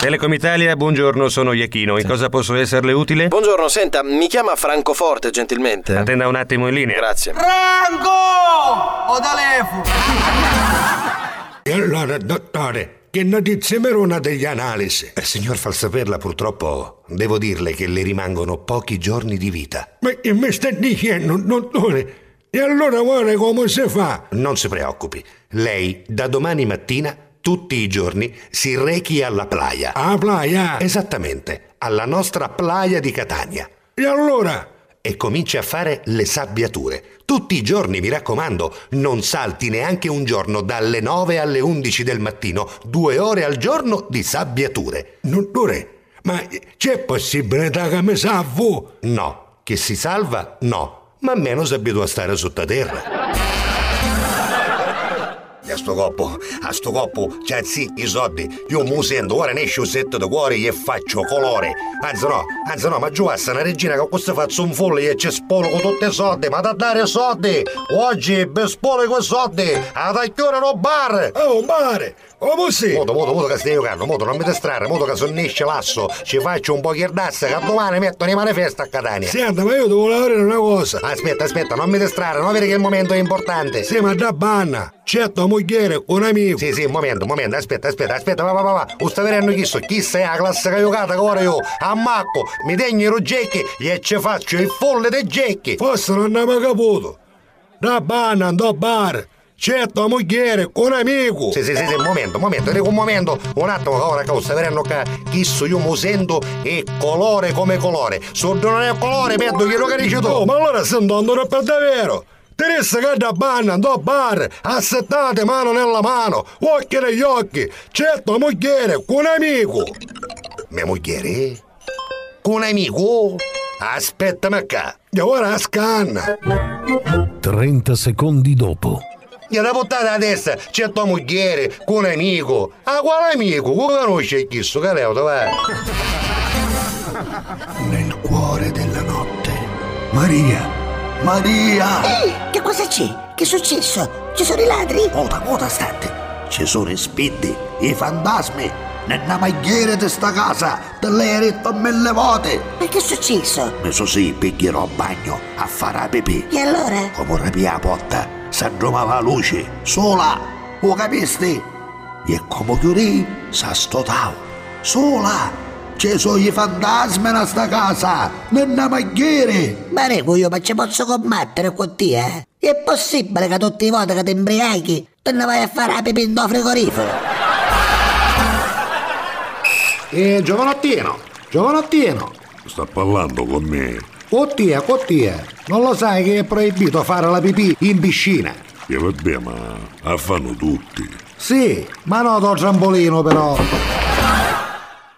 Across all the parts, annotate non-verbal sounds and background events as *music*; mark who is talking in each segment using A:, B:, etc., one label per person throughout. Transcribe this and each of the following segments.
A: Telecom Italia, buongiorno, sono Iachino. In cosa posso esserle utile?
B: Buongiorno, senta, mi chiama Francoforte gentilmente.
A: Attenda un attimo in linea.
B: Grazie.
C: Franco! Ho telefono!
D: E allora, dottore, che notizie merona degli analisi?
E: Eh, signor Falsaperla, purtroppo devo dirle che le rimangono pochi giorni di vita.
D: Ma che mi sta dicendo, dottore? E allora vuole come si fa?
E: Non si preoccupi, lei da domani mattina, tutti i giorni, si rechi alla playa.
D: A playa?
E: Esattamente, alla nostra playa di Catania.
D: E allora?
E: E cominci a fare le sabbiature. Tutti i giorni, mi raccomando, non salti neanche un giorno dalle 9 alle 11 del mattino, due ore al giorno di sabbiature.
D: Dottore, ma c'è possibilità che mi salvo?
E: No, che si salva? No ma meno si abitua a stare sottoterra.
F: A sto coppo, a sto coppo, c'è sì i soldi. Io mu sento, ora ne esce un setto di cuori e faccio colore. Anzi no, anzi no, ma giù assa una regina che questo faccio un folle e ci spolo con tutti i soldi. Ma da dare soldi! Oggi per spolo con soldi! A tagliore no bar!
D: Oh, mare! Oh, così!
F: Moto, moto, moto che stai giocando, moto non mi distrarre, moto che sonnisce l'asso, ci faccio un po' chiardassa che domani mettono in manifesta a Catania.
D: Senta, ma io devo lavorare una cosa.
F: Aspetta, aspetta, non mi distrarre, non vedi che il momento è importante.
D: Sì, ma da banna! Certo, mogliere, un amico.
F: Sì, sì, un momento, un momento, aspetta, aspetta, aspetta, va, va, va, va. Usta verano chi so, chi sei la classica giocata che ora io ammacco, mi degno i rogecchi e ci faccio il folle dei gecchi.
D: Forse non abbiamo caputo. Da banna, andò a bar. Certo, mogliere, un amico!
F: Sì, sì, sì, sì, un momento, un momento, dico un momento, un attimo, ora che sta vedendo che chissù io mi sento e colore come colore. Sordo non è colore, perdo chi lo carisci tu!
D: Oh, ma allora sento andando per davvero! Teresa che da banna, andò a bar, assettate mano nella mano, occhi negli occhi, certo mogliere, un amico!
F: Mia mogliere? Un amico? Aspettami qua!
D: E ora scanna!
G: 30 secondi dopo.
F: Gliela portate a testa, c'è tua mogliere, con un amico. A quale amico? Come conosce chi sto caleuto, va?
H: Nel cuore della notte. Maria! Maria!
I: Ehi, che cosa c'è? Che è successo? Ci sono i ladri?
H: Muta, muta, stante. Ci sono i spindi, i fantasmi. Nella magliera di sta casa, te l'hai detto mille volte.
I: Ma che è successo?
H: Mi so sì, piglierò a bagno a fare la pipì.
I: E allora?
H: Come rapì la porta, s'addromava la luce, sola, lo capisti? E come chiudì, s'astotava, sola. Ci sono i fantasmi in sta casa, nella magliere.
I: Ma revo io, ma ci posso combattere con te, eh? È possibile che tutte le volte che ti imbriachi, te ne vai a fare la pipì in frigorifero?
H: Eh, giovanottino, giovanottino.
J: Sta parlando con me.
H: Cottia, cottia, non lo sai che è proibito fare la pipì in piscina?
J: E vabbè, ma la fanno tutti.
H: Sì, ma no dal trampolino però.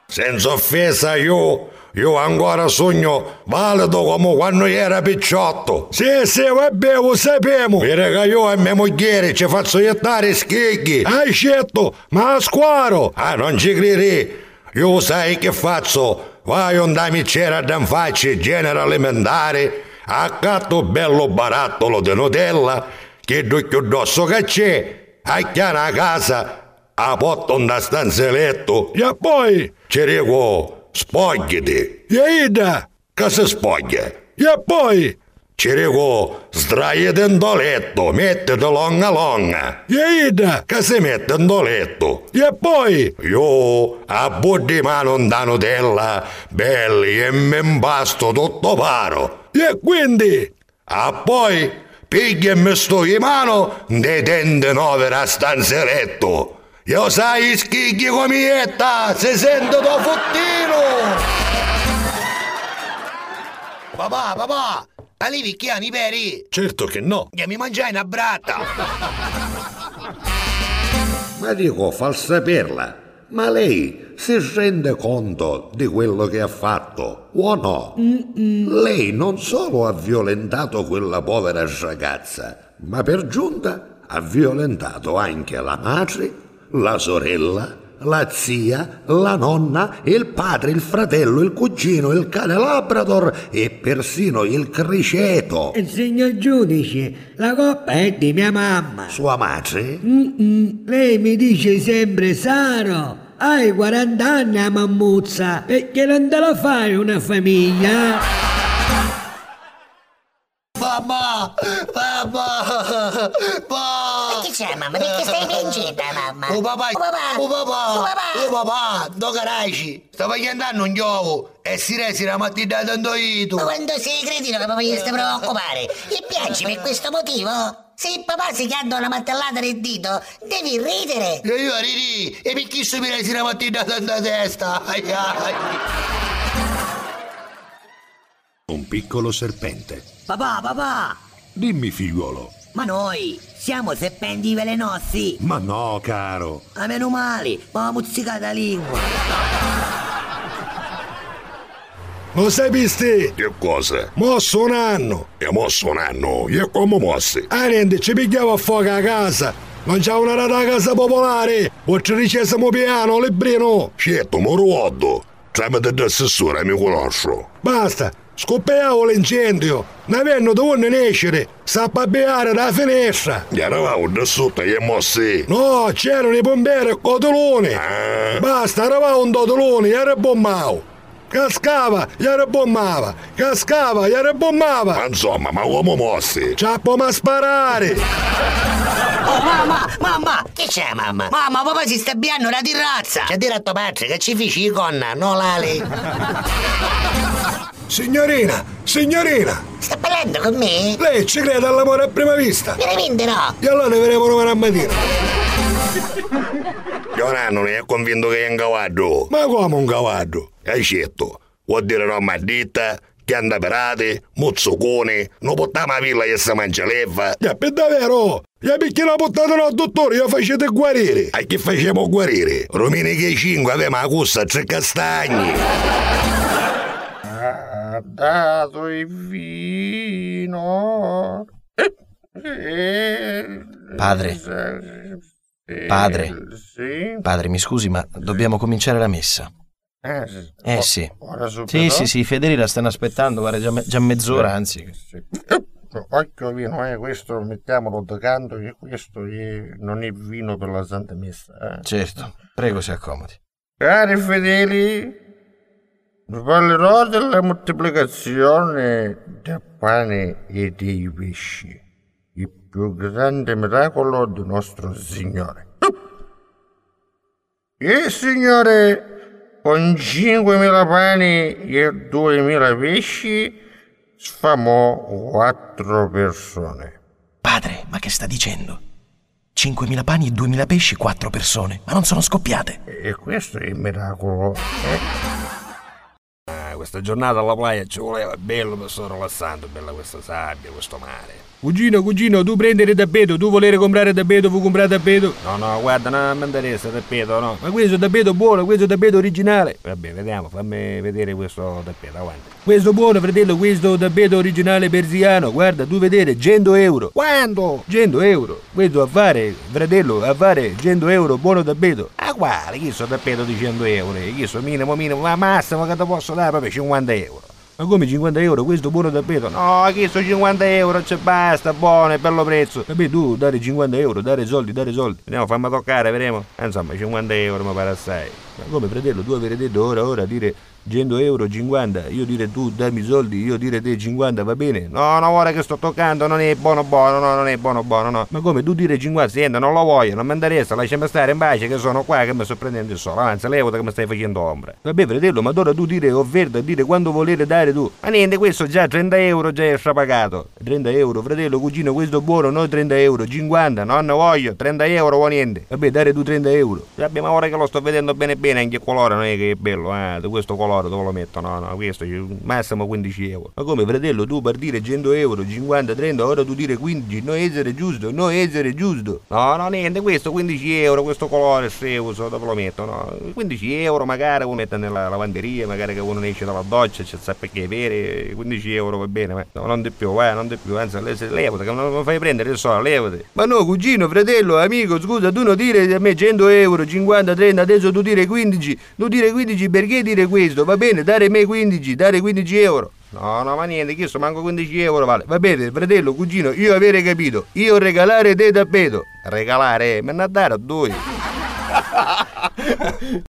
F: Senza offesa io, io ancora sogno valido come quando era picciotto.
D: Sì, sì, vabbè, lo sappiamo.
F: Vede che io e mia moglie ci faccio gettare schicchi.
D: Hai scelto, ma a squaro.
F: Ah, non ci credi. Io sai che faccio? vai un damicera a danfacci genere alimentare, accatto bello barattolo di Nutella, che ducchio dosso che c'è, a chiana a casa, a porto un da stanzeletto,
D: e poi?
F: Ci dico, spogliati.
D: E ida?
F: Che si spoglia?
D: E poi?
F: Ci dico, sdraiati in doletto, mettete longa longa.
D: E ida?
F: Che si mette in doletto.
D: E poi?
F: Io, a buddi mano da Nutella, belli e mi impasto tutto paro.
D: E quindi?
F: A poi, pigli e mi sto in mano, ne tende nove a stanzeretto. Io sai schicchi comietta, se sento da fottino!
H: Papà, papà! Ma lì picchiano i peri?
F: Certo che no.
H: E mi mangiai una bratta.
E: ma dico, falsa perla, ma lei si rende conto di quello che ha fatto o no? Mm-mm. Lei non solo ha violentato quella povera ragazza, ma per giunta ha violentato anche la madre, la sorella,
K: la zia, la nonna, il padre, il fratello, il cugino, il cane labrador e persino il criceto.
L: Signor giudice, la coppa è di mia mamma.
K: Sua madre?
L: Mm-mm, lei mi dice sempre Saro. Hai 40 anni a mammuzza, perché non te la fai una famiglia?
M: Mamma! Mamma!
I: Ma che c'è mamma? Perché stai piangendo mamma?
M: Oh papà!
I: Oh papà!
M: Oh papà!
I: Oh papà!
M: Oh papà! Do caraici! Stavo chiedendo un gioco! E si resi la mattina tanto ito!
I: Ma quando sei cretino che papà gli stai provando a occupare? E piangi per questo motivo? Se il papà si chianda una martellata nel dito, devi ridere!
M: E io ridi! E perché sto mi resi la mattina tanto testa? Ai ai!
N: Un piccolo serpente.
O: Papà, papà!
N: Dimmi, figliuolo.
O: Ma noi siamo serpenti velenossi!
N: Ma no, caro!
O: A meno male, ma muzzicata lingua!
D: Lo sai visti?
F: Che cosa?
D: Mosso un anno!
F: E mosso un anno? E come mossi?
D: Ah, niente, ci pigliamo a fuoco a casa! Non c'è una rata casa popolare! O ci ricesiamo piano, librino!
F: Certo, moruoddo! Tramite l'assessore mi conosco!
D: Basta! Scoppiavo l'incendio, ne avevano dovuto nascere, sa babbiare dalla finestra.
F: Gli eravamo da sotto e mossi.
D: No, c'erano i bomberi e cotoloni.
F: Ah.
D: Basta, eravamo un totolone, gli era bombavo. Cascava, gli era bombava. Cascava, gli era bombava.
F: Ma insomma, ma uomo mossi.
D: Ciappo ma sparare.
O: Oh mamma, mamma, che c'è mamma? Mamma, papà si sta biando la terrazza. C'è diretto Patrick che ci fici conna, no Lali?
D: Signorina, signorina!
I: Sta parlando con me?
D: Lei ci crede all'amore a prima vista?
I: Veramente no!
D: E allora ne vedremo domani
F: *laughs*
D: mattina!
F: Giorano non è convinto che è un cavallo!
D: Ma come un cavallo?
F: Hai certo! Vuol dire no a ditta, chianda perate, mozzocone, non portiamo la villa che si mangia l'eva!
D: E per davvero! E perché la portate no, dottore, io facete guarire!
F: A che facciamo guarire? Romini che 5 aveva la cussa a tre castagni!
P: dato il vino.
B: Padre, padre, padre, mi scusi, ma dobbiamo cominciare la messa. Eh sì. Sì, sì, sì, Federica stanno aspettando, guarda, già, me- già mezz'ora, anzi.
P: Occhio vino, eh, questo mettiamolo da canto, che questo non è vino per la Santa Messa. Eh.
B: Certo, prego si accomodi.
P: Cari fedeli, vi parlerò della moltiplicazione del pane e dei pesci, il più grande miracolo del nostro Signore. Hm. Il Signore con 5.000 pani e 2.000 pesci sfamò quattro persone.
B: Padre, ma che sta dicendo? 5.000 pani e 2.000 pesci, quattro persone, ma non sono scoppiate.
P: E questo è il miracolo. Eh?
A: questa giornata alla playa ci voleva bello, mi sono rilassando, bella questa sabbia, questo mare. Cugino, cugino, tu prendere tappeto, tu volere comprare tappeto, vuoi comprare tappeto? No, no, guarda, non mi interessa tappeto, no. Ma questo tappeto buono, questo tappeto originale. Vabbè, vediamo, fammi vedere questo tappeto, avanti. Questo buono, fratello, questo tappeto originale persiano, guarda, tu vedere, 100 euro. Quanto? 100 euro. Questo a fare, fratello, a fare 100 euro, buono tappeto. Ah, guarda, chi so tappeto di 100 euro? Chi so minimo, minimo, ma massimo che ti posso dare proprio 50 euro. Ma come 50 euro? Questo buono tappeto? No, questo 50 euro, c'è basta, buono, è bello prezzo. Capì tu, dare 50 euro, dare soldi, dare soldi. Andiamo, fammi toccare, vedremo. Insomma, 50 euro mi pare assai. Ma come fratello, tu avrei detto ora, ora, dire 100 euro, 50. Io dire tu, dammi soldi, io dire te 50, va bene? No, no, ora che sto toccando, non è buono, buono, no, non è buono, buono, no. Ma come tu dire 50, senta, non lo voglio, non mi interessa, lasciami stare in pace che sono qua che mi sto prendendo il sole. Anzi, levata che mi stai facendo ombra. Vabbè, fratello, ma ora tu dire offerta, dire quando volete dare tu. Ma niente, questo già 30 euro già è strapagato. 30 euro, fratello, cugino, questo buono, no 30 euro, 50, nonno voglio, 30 euro o niente. Vabbè, dare tu 30 euro. Vabbè, ma ora che lo sto vedendo bene bene anche il colore, non è che è bello, eh, questo colore loro dove lo mettono? No, no, questo massimo 15 euro. Ma come fratello, tu per dire 100 euro, 50, 30, ora tu dire 15, no essere giusto, no essere giusto. No, no, niente, questo 15 euro, questo colore, se uso, dove lo mettono? 15 euro magari, lo metto nella lavanderia, magari che uno ne esce dalla doccia, c'è sa perché bere, 15 euro va bene, ma no, non di più, eh, non di più, anzi, levati, che non mi fai prendere il sole, levati. Ma no, cugino, fratello, amico, scusa, tu non dire a me 100 euro, 50, 30, adesso tu dire 15, tu dire 15 perché dire questo? Va bene, dare me 15, dare 15 euro. No, no, ma niente, chiesto manco 15 euro vale. Va bene, fratello, cugino, io avere capito. Io regalare te tappeto. Regalare? Me ne dare a due.